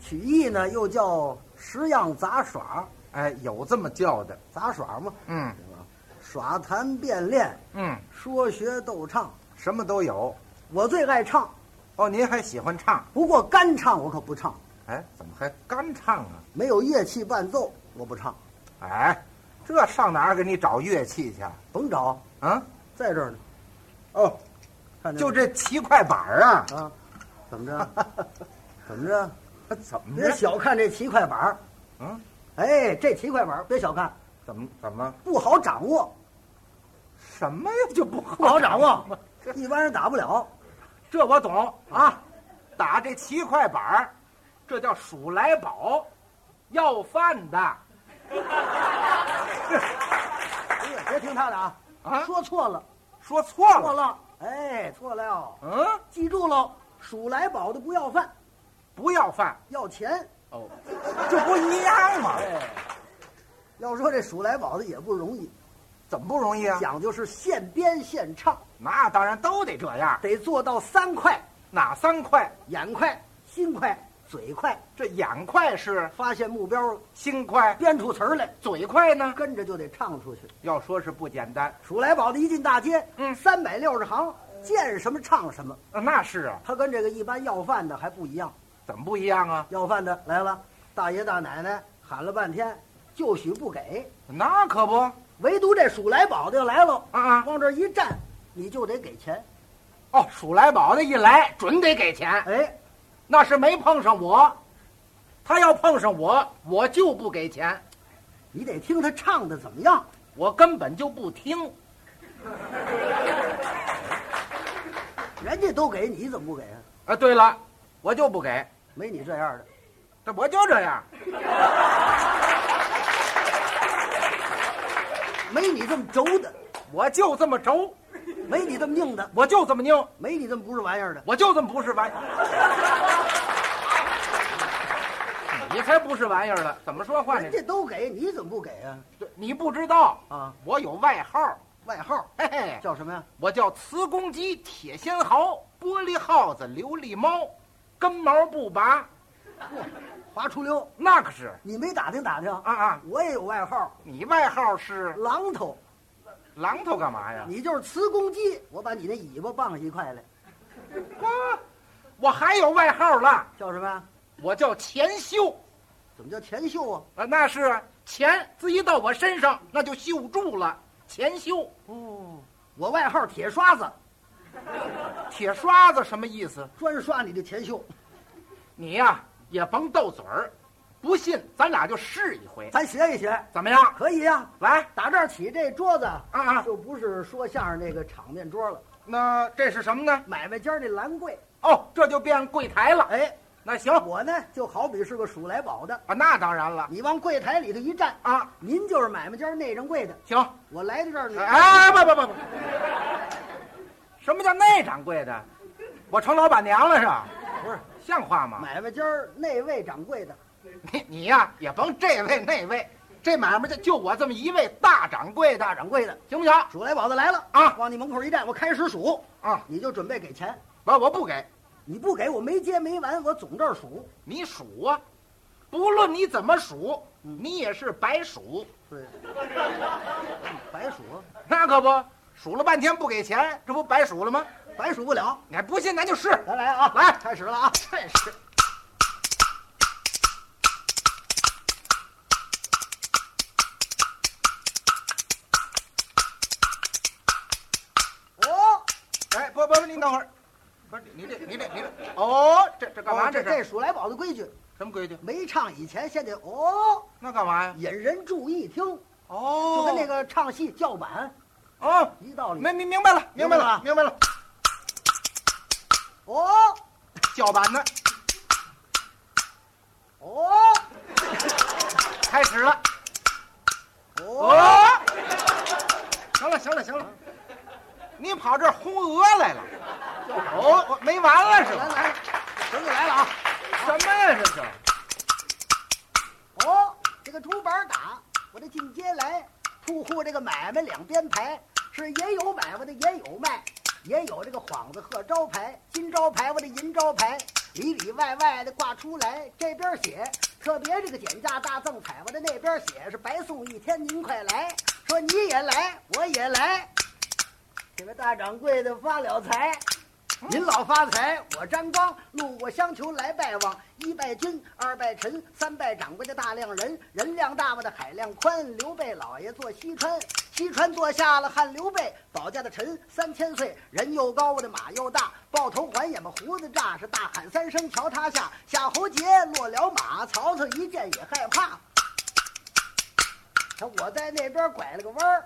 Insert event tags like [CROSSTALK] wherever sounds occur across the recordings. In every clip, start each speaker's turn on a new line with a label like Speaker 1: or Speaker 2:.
Speaker 1: 曲艺呢又叫十样杂耍，
Speaker 2: 哎，有这么叫的，
Speaker 1: 杂耍嘛，
Speaker 2: 嗯
Speaker 1: 对吧？耍弹变练，
Speaker 2: 嗯，
Speaker 1: 说学逗唱，
Speaker 2: 什么都有。
Speaker 1: 我最爱唱，
Speaker 2: 哦，您还喜欢唱？
Speaker 1: 不过干唱我可不唱，
Speaker 2: 哎，怎么还干唱啊？
Speaker 1: 没有乐器伴奏我不唱，
Speaker 2: 哎，这上哪儿给你找乐器去？
Speaker 1: 甭找，
Speaker 2: 啊？
Speaker 1: 在这儿呢，
Speaker 2: 哦，
Speaker 1: 看见
Speaker 2: 就
Speaker 1: 没
Speaker 2: 这七块板儿啊？
Speaker 1: 啊，怎么着？怎么着？
Speaker 2: 怎么
Speaker 1: 别
Speaker 2: 着？
Speaker 1: 小看这七块板儿，
Speaker 2: 嗯，
Speaker 1: 哎，这七块板儿别小看，
Speaker 2: 哎怎么怎么
Speaker 1: 不好掌握，
Speaker 2: 什么呀？就不好
Speaker 1: 不好掌握，一般人打不了
Speaker 2: 这我懂，
Speaker 1: 啊。
Speaker 2: 打这七块板儿，这叫数来宝，要饭的
Speaker 1: 哎呀，别听他的啊，
Speaker 2: 啊
Speaker 1: 说错了，
Speaker 2: 说错
Speaker 1: 错
Speaker 2: 了，
Speaker 1: 了，哎，错了哟，
Speaker 2: 嗯，
Speaker 1: 记住喽，数来宝的不要饭，
Speaker 2: 不要饭
Speaker 1: 要钱。
Speaker 2: 哦，这不一样吗？
Speaker 1: 哎，要说这数来宝的也不容易，
Speaker 2: 怎么不容易啊？
Speaker 1: 讲究是现编现唱，
Speaker 2: 那当然都得这样，
Speaker 1: 得做到三快：
Speaker 2: 哪三块？
Speaker 1: 眼快、心快、嘴快。
Speaker 2: 这眼快是
Speaker 1: 发现目标了，
Speaker 2: 心快，
Speaker 1: 编出词儿来，
Speaker 2: 嘴快呢？
Speaker 1: 跟着就得唱出去。
Speaker 2: 要说是不简单，
Speaker 1: 数来宝的一进大街，
Speaker 2: 嗯
Speaker 1: 三百六十行，见什么唱什么。
Speaker 2: 呃那是啊，
Speaker 1: 他跟这个一般要饭的还不一样，
Speaker 2: 怎么不一样啊？
Speaker 1: 要饭的来了，大爷大奶奶喊了半天，就许不给，
Speaker 2: 那可不啊
Speaker 1: 唯独这数来宝的来了，
Speaker 2: 啊！
Speaker 1: 往这儿一站，你就得给钱。
Speaker 2: 哦，数来宝的一来，准得给钱。
Speaker 1: 哎，
Speaker 2: 那是没碰上我，他要碰上我，我就不给钱，
Speaker 1: 你得听他唱的怎么样。
Speaker 2: 我根本就不听。
Speaker 1: 人家都给你，怎么不给啊？
Speaker 2: 啊，对了，我就不给，
Speaker 1: 没你这样的。
Speaker 2: 这我就这样。
Speaker 1: 没你这么轴的，
Speaker 2: 我就这么轴，
Speaker 1: 没你这么硬的，
Speaker 2: 我就这么拧，
Speaker 1: 没你这么不是玩意儿的。
Speaker 2: 我就这么不是玩意儿。 [LAUGHS] 你才不是玩意儿了，怎么说话
Speaker 1: 人
Speaker 2: 呢？
Speaker 1: 家都给你，怎么不给啊？
Speaker 2: 对你不知道，
Speaker 1: 啊，
Speaker 2: 我有外号，
Speaker 1: 外号
Speaker 2: 嘿嘿，
Speaker 1: 叫什么呀？
Speaker 2: 我叫磁公鸡、铁仙毫、玻璃耗子、琉璃猫，根毛不拔，
Speaker 1: 滑出溜。
Speaker 2: 那可是
Speaker 1: 你没打听打听？
Speaker 2: 啊啊！
Speaker 1: 我也有外号，
Speaker 2: 你外号是
Speaker 1: 榔头。
Speaker 2: 榔头干嘛呀？
Speaker 1: 你就是磁公鸡，我把你那尾巴棒一块来，
Speaker 2: 哇，我还有外号了，
Speaker 1: 叫什么呀？
Speaker 2: 我叫钱绣
Speaker 1: 怎么叫前袖啊？
Speaker 2: 啊，那是钱字一到我身上，那就绣住了。钱绣
Speaker 1: 哦，我外号铁刷子，
Speaker 2: 铁刷子什么意思？
Speaker 1: 专刷你的前袖。
Speaker 2: 你呀、也甭斗嘴儿，不信咱俩就试一回，
Speaker 1: 咱学一学，
Speaker 2: 怎么样？
Speaker 1: 可以呀、
Speaker 2: 来
Speaker 1: 打这儿起，这桌子
Speaker 2: 啊啊！
Speaker 1: 就不是说相声那个场面桌了，
Speaker 2: 那这是什么呢？
Speaker 1: 买卖间儿那蓝柜。
Speaker 2: 哦，这就变柜台了。
Speaker 1: 哎，
Speaker 2: 那行
Speaker 1: 我呢就好比是个数来宝的，
Speaker 2: 啊，那当然了
Speaker 1: 你往柜台里头一站，
Speaker 2: 啊，
Speaker 1: 您就是买卖间儿内掌柜的。
Speaker 2: 行。
Speaker 1: 我来到这儿呢，
Speaker 2: 哎，不不不不，什么叫内掌柜的？我成老板娘了是吧？
Speaker 1: 不是
Speaker 2: 像话吗？
Speaker 1: 买卖间儿内位掌柜的，
Speaker 2: 你你呀、也甭这位那位，这买卖就就我这么一位大掌柜的，
Speaker 1: 大掌柜的。
Speaker 2: 行不行？
Speaker 1: 数来宝的来了
Speaker 2: 啊
Speaker 1: 往你门口一站，我开始数
Speaker 2: 啊，
Speaker 1: 你就准备给钱。
Speaker 2: 我我不给
Speaker 1: 你不给我没接没完，我总这儿数。
Speaker 2: 你数啊，不论你怎么数，
Speaker 1: 嗯
Speaker 2: 你也是白数，
Speaker 1: 对，白数，
Speaker 2: 那可不，数了半天不给钱，这不白数了吗？
Speaker 1: 白数不了。
Speaker 2: 你还不信，咱就试。
Speaker 1: 咱来啊，
Speaker 2: 来
Speaker 1: 开始了啊！
Speaker 2: 真是。
Speaker 1: 哦，
Speaker 2: 哎，不不不，您等会儿，不是你这你这你这，哦，这这干嘛？
Speaker 1: 哦这
Speaker 2: 是
Speaker 1: 这数来宝的规矩，
Speaker 2: 什么规矩？
Speaker 1: 没唱以前先得哦，
Speaker 2: 那干嘛呀？
Speaker 1: 引人注意听，
Speaker 2: 哦，
Speaker 1: 就跟那个唱戏叫板
Speaker 2: 哦，
Speaker 1: 一道理。
Speaker 2: 明明明白了，明白了，啊明白了，
Speaker 1: 哦
Speaker 2: 叫板呢，
Speaker 1: 哦
Speaker 2: 开始了。
Speaker 1: 哦，
Speaker 2: 哦，行了行了行了，你跑这儿轰鹅来了？哦，我没完了是
Speaker 1: 来
Speaker 2: 吧？
Speaker 1: 来，绳子来了啊！
Speaker 2: 什么呀这是？
Speaker 1: 哦，这个竹板打，我这进街来，铺户这个买卖两边排，是也有买卖的，也有卖，也有这个幌子和招牌，金招牌我的银招牌，里里外外的挂出来，这边写特别这个减价大赠彩，我的那边写是白送一天，您快来，说你也来，我也来，你们大掌柜的发了财。您老发财，我张刚，路过乡求来拜望，一拜君，二拜臣，三拜掌柜的大量人，人量大嘛的海量宽，刘备老爷坐西川，西川坐下了汉刘备，保家的臣三千岁，人又高我的马又大，抱头还眼嘛胡子炸，是大喊三声瞧他下，夏侯杰落了马，曹操一见也害怕，瞧我在那边拐了个弯儿。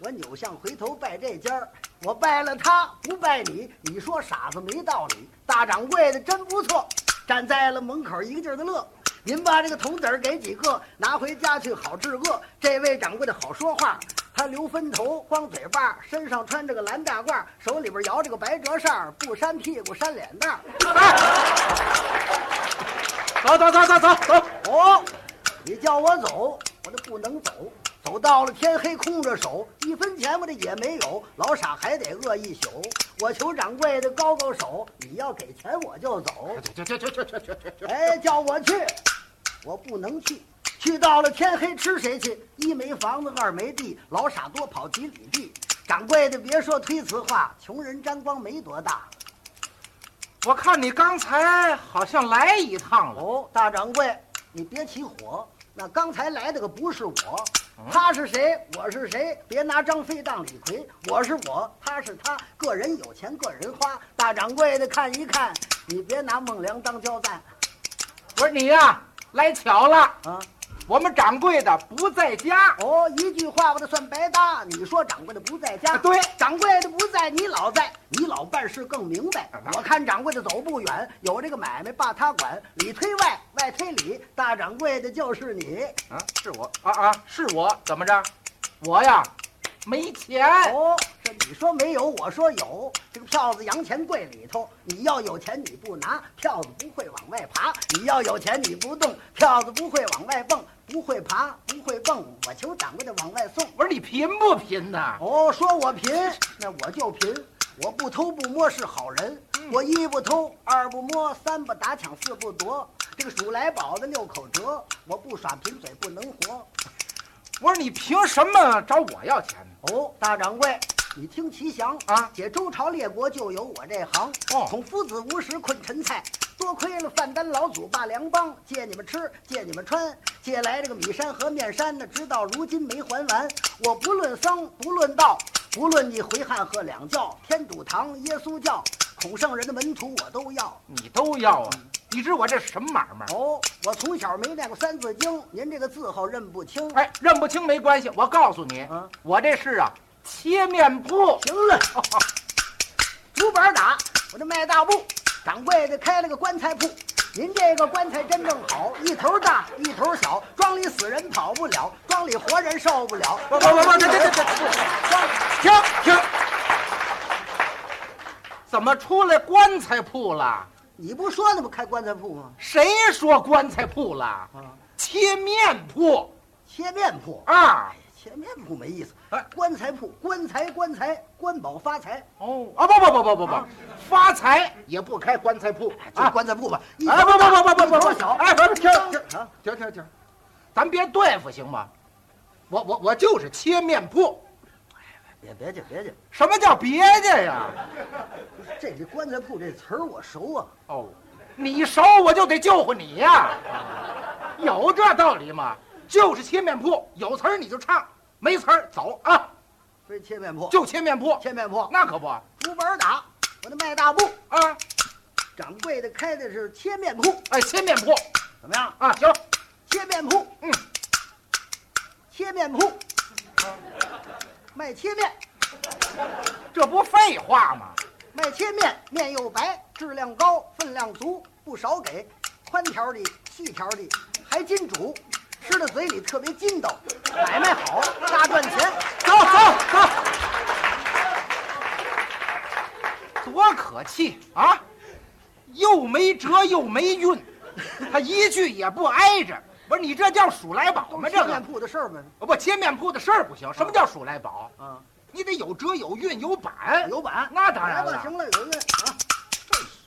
Speaker 1: 我扭向回头拜这家儿，我拜了他，不拜你。你说傻子没道理，大掌柜的真不错，站在了门口一个劲儿的乐。您把这个铜子儿给几个，拿回家去好治恶。这位掌柜的好说话，他留分头，光嘴巴，身上穿着个蓝大褂，手里边摇着个白折扇儿，不扇屁股扇脸蛋儿。
Speaker 2: 走走走走走走，
Speaker 1: 哦，你叫我走，我这不能走。走到了天黑，空着手，一分钱我这也没有，老傻还得饿一宿。我求掌柜的高高手，你要给钱我就走。
Speaker 2: 去去去去去去去
Speaker 1: [LAUGHS]
Speaker 2: 去，
Speaker 1: 哎，叫我去，我不能去。去到了天黑吃谁去？一没房子，二没地，老傻多跑几里地。掌柜的别说推辞话，穷人沾光没多大。
Speaker 2: 我看你刚才好像来一趟了，
Speaker 1: 哦，大掌柜，你别起火。那刚才来的可不是我，
Speaker 2: 嗯
Speaker 1: 他是谁，我是谁，别拿张飞当李逵。我是我，他是他，个人有钱个人花。大掌柜的看一看，你别拿孟良当交代
Speaker 2: 不是你呀、来巧了，
Speaker 1: 啊！
Speaker 2: 我们掌柜的不在家，
Speaker 1: 哦，一句话我这算白搭。你说掌柜的不在家，
Speaker 2: 啊对
Speaker 1: 掌柜的不在，你老在，你老办事更明白
Speaker 2: 啊。那
Speaker 1: 我看掌柜的走不远，有这个买卖把他管，里推外，外推里，大掌柜的就是你。
Speaker 2: 啊，是我啊啊，是我，怎么着？我呀，没钱，
Speaker 1: 哦，这你说没有，我说有。这个票子洋钱柜里头，你要有钱你不拿，票子不会往外爬；你要有钱你不动，票子不会往外蹦，不会爬，不会蹦。我求掌柜的往外送。
Speaker 2: 我说你贫不贫呐？
Speaker 1: 哦，说我贫，那我就贫。我不偷不摸是好人，我一不偷，二不摸，三不打抢，四不夺。这个数来宝的六口折，我不耍贫嘴不能活。
Speaker 2: 我说你凭什么找我要钱呢？
Speaker 1: 哦，大掌柜，你听其详
Speaker 2: 啊
Speaker 1: 解周朝列国就有我这行。
Speaker 2: 哦
Speaker 1: 孔夫子无时困陈蔡，多亏了范丹老祖霸梁邦，借你们吃，借你们穿，借来这个米山和面山呢，直到如今没还完。我不论丧，不论道，不论你回汉和两教、天主堂、耶稣教、孔圣人的门徒，我都要。
Speaker 2: 你都要啊？你知我这什么买卖？
Speaker 1: 哦，我从小没念过《三字经》，您这个字号认不清。
Speaker 2: 哎，认不清没关系，我告诉你，
Speaker 1: 啊
Speaker 2: 我这是啊切面铺。
Speaker 1: 行了，竹板打，我这迈大步。掌柜的开了个棺材铺，您这个棺材真正好，一头大一头小，庄里死人跑不了，庄里活人受不了。
Speaker 2: 不不不不这这这这
Speaker 1: 庄
Speaker 2: 停停！怎么出来棺材铺了？
Speaker 1: 你不说那么开棺材铺吗？
Speaker 2: 谁说棺材铺了？
Speaker 1: 啊，
Speaker 2: 切面铺
Speaker 1: 切面铺，
Speaker 2: 啊！
Speaker 1: 切面铺没意思
Speaker 2: 哎。
Speaker 1: 棺材铺，棺材棺材，官保发财，
Speaker 2: 哦啊不不不不不不不，发财也不开棺材铺
Speaker 1: 就
Speaker 2: 啊！
Speaker 1: 棺材铺吧。一
Speaker 2: 哎
Speaker 1: 头
Speaker 2: 不不
Speaker 1: 大
Speaker 2: 不不不
Speaker 1: 一
Speaker 2: 不
Speaker 1: 头
Speaker 2: 不！
Speaker 1: 小，
Speaker 2: 哎不是停停
Speaker 1: 这啊，
Speaker 2: 停停停！咱别对付行吗？我我我就是切面铺，
Speaker 1: 别别介别介，
Speaker 2: 什么叫别介呀？
Speaker 1: 这这棺材铺这词儿我熟啊。
Speaker 2: 哦，你熟我就得救活你呀、有这道理吗？就是切面铺，有词儿你就唱，没词儿走啊，
Speaker 1: 不是切面铺，
Speaker 2: 就切面铺，
Speaker 1: 切面铺。
Speaker 2: 那可不啊，
Speaker 1: 竹板打，我得迈大步。掌柜的开的是切面铺，
Speaker 2: 哎，切面铺
Speaker 1: 怎么样？
Speaker 2: 啊，行，
Speaker 1: 切面铺，
Speaker 2: 嗯，
Speaker 1: 切面铺，卖切面，
Speaker 2: 这不废话吗？
Speaker 1: 卖切面，面又白，质量高，分量足，不少给，宽条的，细条的，还金主，吃到嘴里特别筋道，买卖好，大赚钱。
Speaker 2: 走走走，多可气啊！又没辙又没韵，他一句也不挨着。不是你这叫数来宝吗？这
Speaker 1: 切
Speaker 2: 个
Speaker 1: 面铺的事儿呗，
Speaker 2: 不切面铺的事儿不行。什么叫数来宝？
Speaker 1: 啊，
Speaker 2: 你得有折有韵有板。
Speaker 1: 哎 [LAUGHS] 有板，
Speaker 2: 那当然
Speaker 1: 来吧
Speaker 2: 了
Speaker 1: 行了，有人啊，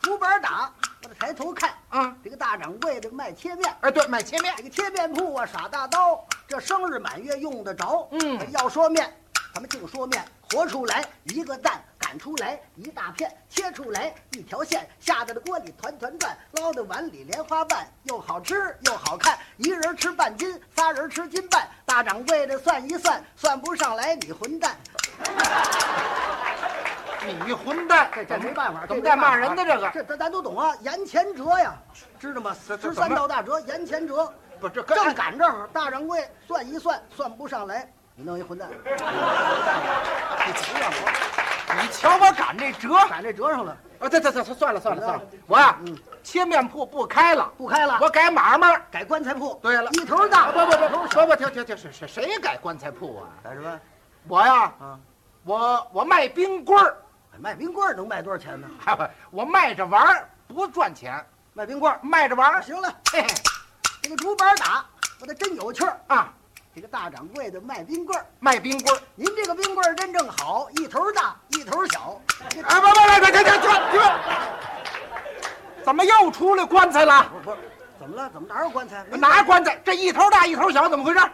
Speaker 1: 竹板打，我的抬头看，
Speaker 2: 啊，
Speaker 1: 这个大掌柜这个卖切面，
Speaker 2: 哎，对，买切面
Speaker 1: 这个切面铺啊耍大刀，这生日满月用得着。
Speaker 2: 嗯
Speaker 1: 要说面，咱们净说面，活出来一个蛋，擀出来一大片，切出来一条线，下到这锅里团团转，捞到碗里莲花瓣，又好吃又好看。一人吃半斤，仨人吃斤半。大掌柜的算一算，算不上来你混蛋。
Speaker 2: 你混蛋，
Speaker 1: 这这没办法，
Speaker 2: 怎么
Speaker 1: 这
Speaker 2: 带
Speaker 1: 没
Speaker 2: 骂
Speaker 1: 办法
Speaker 2: 人的这个？
Speaker 1: 这咱咱都懂啊，盐前折呀，知道吗？
Speaker 2: 这这
Speaker 1: 十
Speaker 2: 怎
Speaker 1: 三
Speaker 2: 么
Speaker 1: 道大折，盐前折。
Speaker 2: 不，这跟哎
Speaker 1: 正赶正好，大掌柜算一算，算不上来，你弄一混蛋， [LAUGHS]
Speaker 2: 你瞧我，你瞧我赶这折啊！
Speaker 1: 赶这折上了，
Speaker 2: 这这这算了算了算了，我呀、
Speaker 1: 嗯
Speaker 2: 切面铺不开了，
Speaker 1: 不开了，
Speaker 2: 我改买卖。
Speaker 1: 改棺材铺，
Speaker 2: 对了，
Speaker 1: 一头大，
Speaker 2: 不不不不不不，停停停，谁谁谁改棺材铺啊？
Speaker 1: 干什么？
Speaker 2: 我呀，
Speaker 1: 啊，
Speaker 2: 我我卖冰棍儿， [LAUGHS]
Speaker 1: 卖冰棍儿能卖多少钱呢？
Speaker 2: 我卖着玩儿，不赚钱，
Speaker 1: 卖冰棍儿，啊
Speaker 2: 卖着玩儿。
Speaker 1: 行了，
Speaker 2: 嘿嘿
Speaker 1: 这个竹板打，我得真有趣儿。
Speaker 2: 啊，
Speaker 1: 这个大掌柜的卖冰棍儿，
Speaker 2: 卖冰棍儿。
Speaker 1: 您这个冰棍儿真正好，一头大，一头小。这
Speaker 2: 哎，不不不，停停停停停！怎么又出来棺材了？
Speaker 1: 不不，怎么了？怎么哪有棺材？没
Speaker 2: 拿棺材，这一头大一头小，怎么回事？啊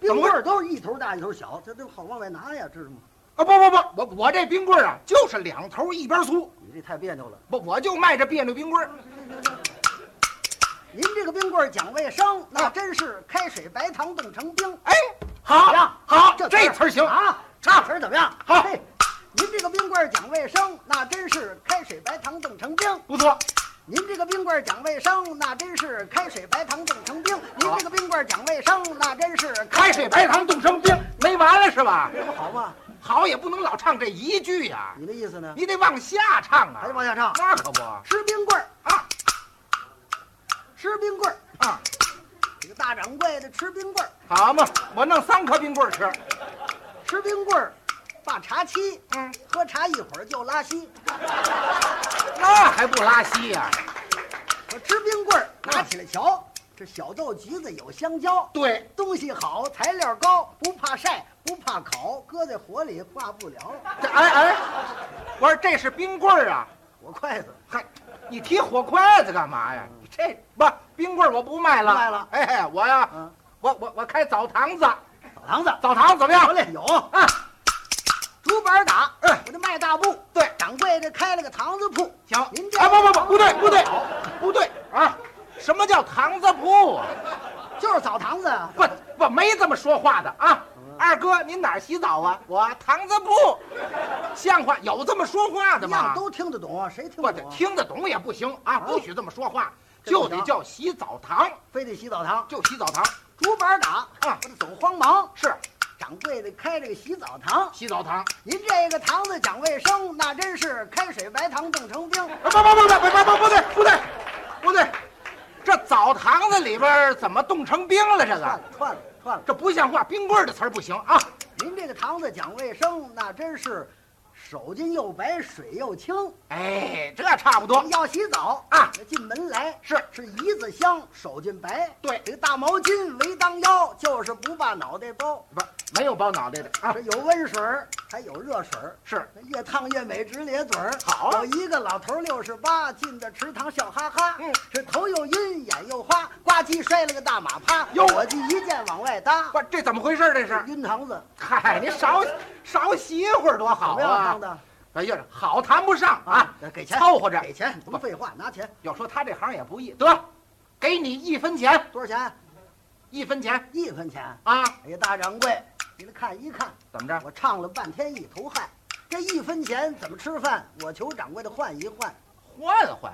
Speaker 1: 冰
Speaker 2: 怎么回
Speaker 1: 棍
Speaker 2: 事啊
Speaker 1: 儿都是一头大一头小，这这好往外拿呀，知道吗？
Speaker 2: 不不不，我我这冰棍儿啊，就是两头一边粗，
Speaker 1: 你这太别扭了。
Speaker 2: 我我就卖这别扭冰棍儿。
Speaker 1: 您这个冰棍儿讲卫生，
Speaker 2: 啊
Speaker 1: 那真是开水白糖冻成冰。
Speaker 2: 哎，
Speaker 1: 怎么样
Speaker 2: 好，好，
Speaker 1: 这
Speaker 2: 这词儿行
Speaker 1: 啊！这
Speaker 2: 唱
Speaker 1: 词儿怎么样？
Speaker 2: 好
Speaker 1: 嘿，您这个冰棍儿讲卫生，那真是开水白糖冻成冰。
Speaker 2: 不错。
Speaker 1: 您这个冰棍儿讲卫生，那真是开水白糖冻成冰。您
Speaker 2: 好
Speaker 1: 这个冰棍儿讲卫生，那真是
Speaker 2: 开水白糖冻成冰，没完了是吧？
Speaker 1: 这不好吗？
Speaker 2: 好也不能老唱这一句呀、
Speaker 1: 你的意思呢？
Speaker 2: 你得往下唱啊
Speaker 1: 还得。往下唱。
Speaker 2: 那可不
Speaker 1: 吃冰棍儿，
Speaker 2: 啊
Speaker 1: 吃冰棍儿，
Speaker 2: 啊！
Speaker 1: 这个大掌柜的吃冰棍儿，
Speaker 2: 好嘛，我弄三颗冰棍儿吃。
Speaker 1: 吃冰棍儿，把茶沏，
Speaker 2: 嗯，
Speaker 1: 喝茶一会儿就拉稀。
Speaker 2: 那还不拉稀呀、
Speaker 1: 我吃冰棍儿，拿起来瞧，这小豆橘子有香蕉，
Speaker 2: 对，
Speaker 1: 东西好，材料高，不怕晒，不怕烤，搁在火里化不了。
Speaker 2: 这哎哎，我说这是冰棍儿啊，
Speaker 1: 我筷子
Speaker 2: 还你提火筷子干嘛呀？你这不冰棍儿我不卖了，
Speaker 1: 不卖了
Speaker 2: 哎嘿，我呀，
Speaker 1: 嗯
Speaker 2: 我我我开澡堂子，
Speaker 1: 澡堂子，
Speaker 2: 澡堂怎么
Speaker 1: 好
Speaker 2: 样？
Speaker 1: 嘞，有
Speaker 2: 啊，
Speaker 1: 竹板打，
Speaker 2: 嗯
Speaker 1: 我这迈大步。
Speaker 2: 对，
Speaker 1: 掌柜的开了个堂子铺，
Speaker 2: 行。
Speaker 1: 您这
Speaker 2: 哎不不不不对不对不对啊！什么叫堂子铺啊？
Speaker 1: 就是澡堂子啊。
Speaker 2: 不不，没这么说话的啊！
Speaker 1: 嗯
Speaker 2: 二哥，您哪儿洗澡啊？我堂子铺，像话？有这么说话的
Speaker 1: 一样
Speaker 2: 吗？
Speaker 1: 都听得懂啊，谁听
Speaker 2: 不
Speaker 1: 不
Speaker 2: 得
Speaker 1: 懂啊？
Speaker 2: 听得懂也不行啊！不许这么说话，就得叫洗澡堂，
Speaker 1: 非得洗澡堂，
Speaker 2: 就洗澡堂
Speaker 1: 竹板打，
Speaker 2: 嗯
Speaker 1: 我得走慌忙。
Speaker 2: 是
Speaker 1: 掌柜的开了个洗澡堂，
Speaker 2: 洗澡堂。
Speaker 1: 您这个堂子讲卫生，那真是开水白糖冻成冰。
Speaker 2: 啊不不不不不不不对不对不对，这澡堂子里边儿怎么冻成冰了？这
Speaker 1: 串
Speaker 2: 个
Speaker 1: 了串了串了！
Speaker 2: 这不像话，冰棍儿的词儿不行啊！
Speaker 1: 您这个堂子讲卫生，那真是手巾又白，水又清。
Speaker 2: 哎，这差不多。
Speaker 1: 要洗澡
Speaker 2: 啊，
Speaker 1: 进门来
Speaker 2: 是
Speaker 1: 是一字香，手巾白。
Speaker 2: 对
Speaker 1: 这个大毛巾围当腰，就是不把脑袋包。
Speaker 2: 不没有包脑袋的啊
Speaker 1: 这，有温水儿，还有热水儿。
Speaker 2: 是
Speaker 1: 越烫越美，直咧嘴儿。
Speaker 2: 好啊
Speaker 1: 有一个老头儿六十八，进的池塘笑哈哈。
Speaker 2: 嗯，
Speaker 1: 是头又晕，眼又花，呱唧摔了个大马趴。
Speaker 2: 哟
Speaker 1: 伙计一剑往外搭，
Speaker 2: 不这怎么回事儿？这是。
Speaker 1: 晕堂子。
Speaker 2: 嗨，你少少洗一会儿多
Speaker 1: 怎
Speaker 2: 好
Speaker 1: 么样，
Speaker 2: 啊
Speaker 1: 胖！子？
Speaker 2: 哎呀，好谈不上啊，
Speaker 1: 给钱，
Speaker 2: 凑合着。
Speaker 1: 给钱，不
Speaker 2: 不
Speaker 1: 废话，拿钱，
Speaker 2: 要说他这行也不易，得，给你一分钱，
Speaker 1: 多少钱？
Speaker 2: 一分钱
Speaker 1: 一分钱。
Speaker 2: 啊！
Speaker 1: 哎呀，大掌柜，您看一看，
Speaker 2: 怎么着？
Speaker 1: 我唱了半天一头汗，这一分钱怎么吃饭？我求掌柜的换一换。
Speaker 2: 换换，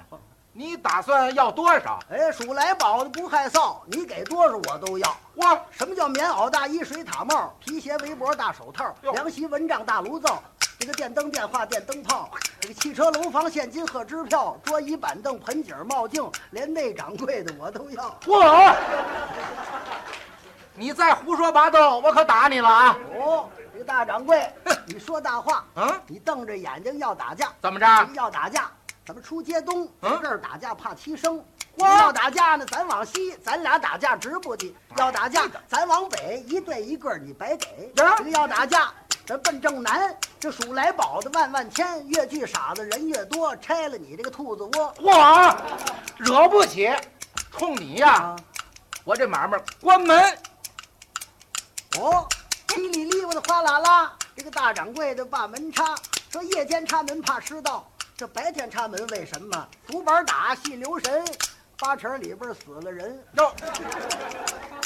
Speaker 2: 你打算要多少？
Speaker 1: 哎，数来宝的不害臊，你给多少我都要。
Speaker 2: 哇，
Speaker 1: 什么叫棉袄大衣、水塔帽、皮鞋、围脖、大手套、
Speaker 2: 哟
Speaker 1: 凉席、蚊帐、大炉灶？这个电灯、电话、电灯泡，这个汽车、楼房、现金、贺支票、桌椅、板凳、盆景、帽镜，连内掌柜的我都要。
Speaker 2: 嚯！你再胡说八道，我可打你了啊！
Speaker 1: 哦，这个大掌柜，你说大话，
Speaker 2: 嗯，
Speaker 1: 你瞪着眼睛要打架，
Speaker 2: 怎么着？
Speaker 1: 要打架，咱们出街东，
Speaker 2: 啊嗯
Speaker 1: 这儿打架怕欺生。不
Speaker 2: 哇
Speaker 1: 要打架呢，咱往西，咱俩打架值不的；要打架，咱往北，一对一个，你白给。
Speaker 2: 呀
Speaker 1: 这个要打架，咱奔正南，这数来宝的万万千，越剧傻子人越多，拆了你这个兔子窝
Speaker 2: 嚯，惹不起！冲你
Speaker 1: 啊
Speaker 2: 呀，！我这买卖关门。
Speaker 1: 哦，哩哩哩，我的哗啦啦！这个大掌柜的把门插，说夜间插门怕失盗，这白天插门为什么？竹板打细留神，八成里边死了人。
Speaker 2: 哟，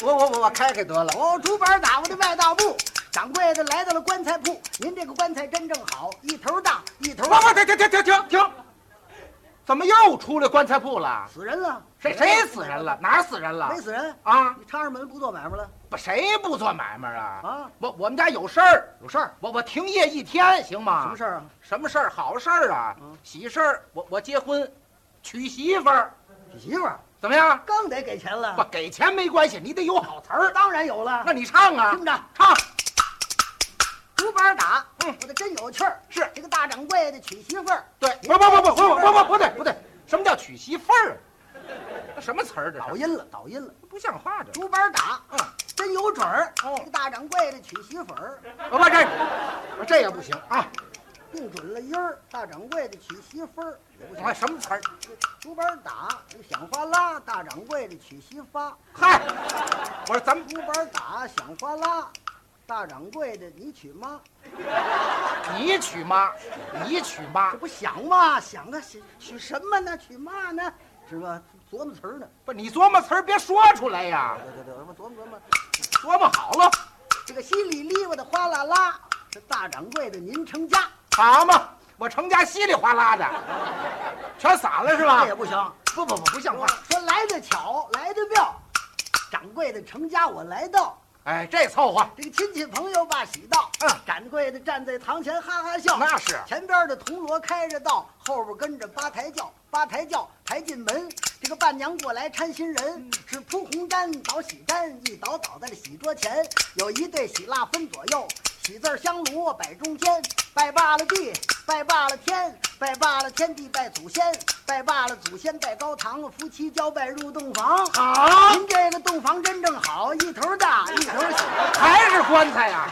Speaker 2: 我我我我开开得了。
Speaker 1: 哦，竹板打我的外道部，掌柜的来到了棺材铺，您这个棺材真正好，一头大一头
Speaker 2: 我我停停停停停停！怎么又出来棺材铺了？
Speaker 1: 死人了，
Speaker 2: 谁谁死人了？哪儿死人了
Speaker 1: 没？死人，
Speaker 2: 啊，
Speaker 1: 你插上门不做买卖了
Speaker 2: 不，谁不做买卖啊？
Speaker 1: 啊？
Speaker 2: 我我们家有事儿，
Speaker 1: 有事儿？
Speaker 2: 我我停业一天行吗？
Speaker 1: 什么事儿啊？
Speaker 2: 什么事儿？好事儿啊
Speaker 1: 嗯！
Speaker 2: 喜事儿！我我结婚，娶媳妇儿，
Speaker 1: 你媳妇儿
Speaker 2: 怎么样？
Speaker 1: 更得给钱
Speaker 2: 啊不
Speaker 1: 了，
Speaker 2: 给钱没关系，你得有好词儿。
Speaker 1: 当然有了
Speaker 2: 那。你唱啊，
Speaker 1: 听着，
Speaker 2: 唱。
Speaker 1: 竹板打，
Speaker 2: 嗯
Speaker 1: 我的真有趣儿。
Speaker 2: 是
Speaker 1: 这个大掌柜的娶媳妇儿，
Speaker 2: 对，不不不不不不不不对不对，什么叫娶媳妇儿？啊那什么词儿这
Speaker 1: 倒
Speaker 2: 是？
Speaker 1: 音了，倒音了。
Speaker 2: 不像话这。
Speaker 1: 竹板打，
Speaker 2: 嗯，
Speaker 1: 真有准儿。
Speaker 2: 哦嗯
Speaker 1: 这个大掌柜的娶媳妇儿，
Speaker 2: 不不这这也不行啊！
Speaker 1: 定准了音儿。大掌柜的娶媳妇儿，
Speaker 2: 我看什么词儿？
Speaker 1: 竹板打，这个响哗啦。大掌柜的娶媳妇儿，
Speaker 2: 嗨，我说咱们
Speaker 1: 竹板打，响哗啦。大掌柜的，你娶妈，
Speaker 2: 你娶妈，你娶妈
Speaker 1: 这，不想吗？想啊，娶娶什么呢？娶嘛呢？是吧？琢磨词儿呢。
Speaker 2: 不是你琢磨词儿别说出来呀，
Speaker 1: 对对对，我琢磨琢磨。
Speaker 2: 琢磨好了，
Speaker 1: 这个稀里哩哇的哗啦啦，这大掌柜的您成家，
Speaker 2: 好嘛，我成家稀里哗啦的，全散了是吧
Speaker 1: 这也？不行。
Speaker 2: 不不不不像话！
Speaker 1: 说来的巧，来的妙，掌柜的成家我来到，
Speaker 2: 哎，这凑合，
Speaker 1: 这个亲戚朋友把喜到。
Speaker 2: 嗯
Speaker 1: 掌柜的站在堂前哈哈笑，
Speaker 2: 那是
Speaker 1: 前边的铜锣开着道，后边跟着八抬轿，八抬轿抬进门。这个伴娘过来搀新
Speaker 2: 嗯
Speaker 1: 人，是铺红毡倒喜毡，一倒倒在了喜桌前。有一对喜蜡分左右，喜字儿香炉摆中间，拜罢了地，拜罢了天，拜罢了天地拜祖先，拜罢了祖先拜高堂，夫妻交拜入洞房。
Speaker 2: 好，
Speaker 1: 您这个洞房真正好，一头大一头小。
Speaker 2: 还是棺材呀、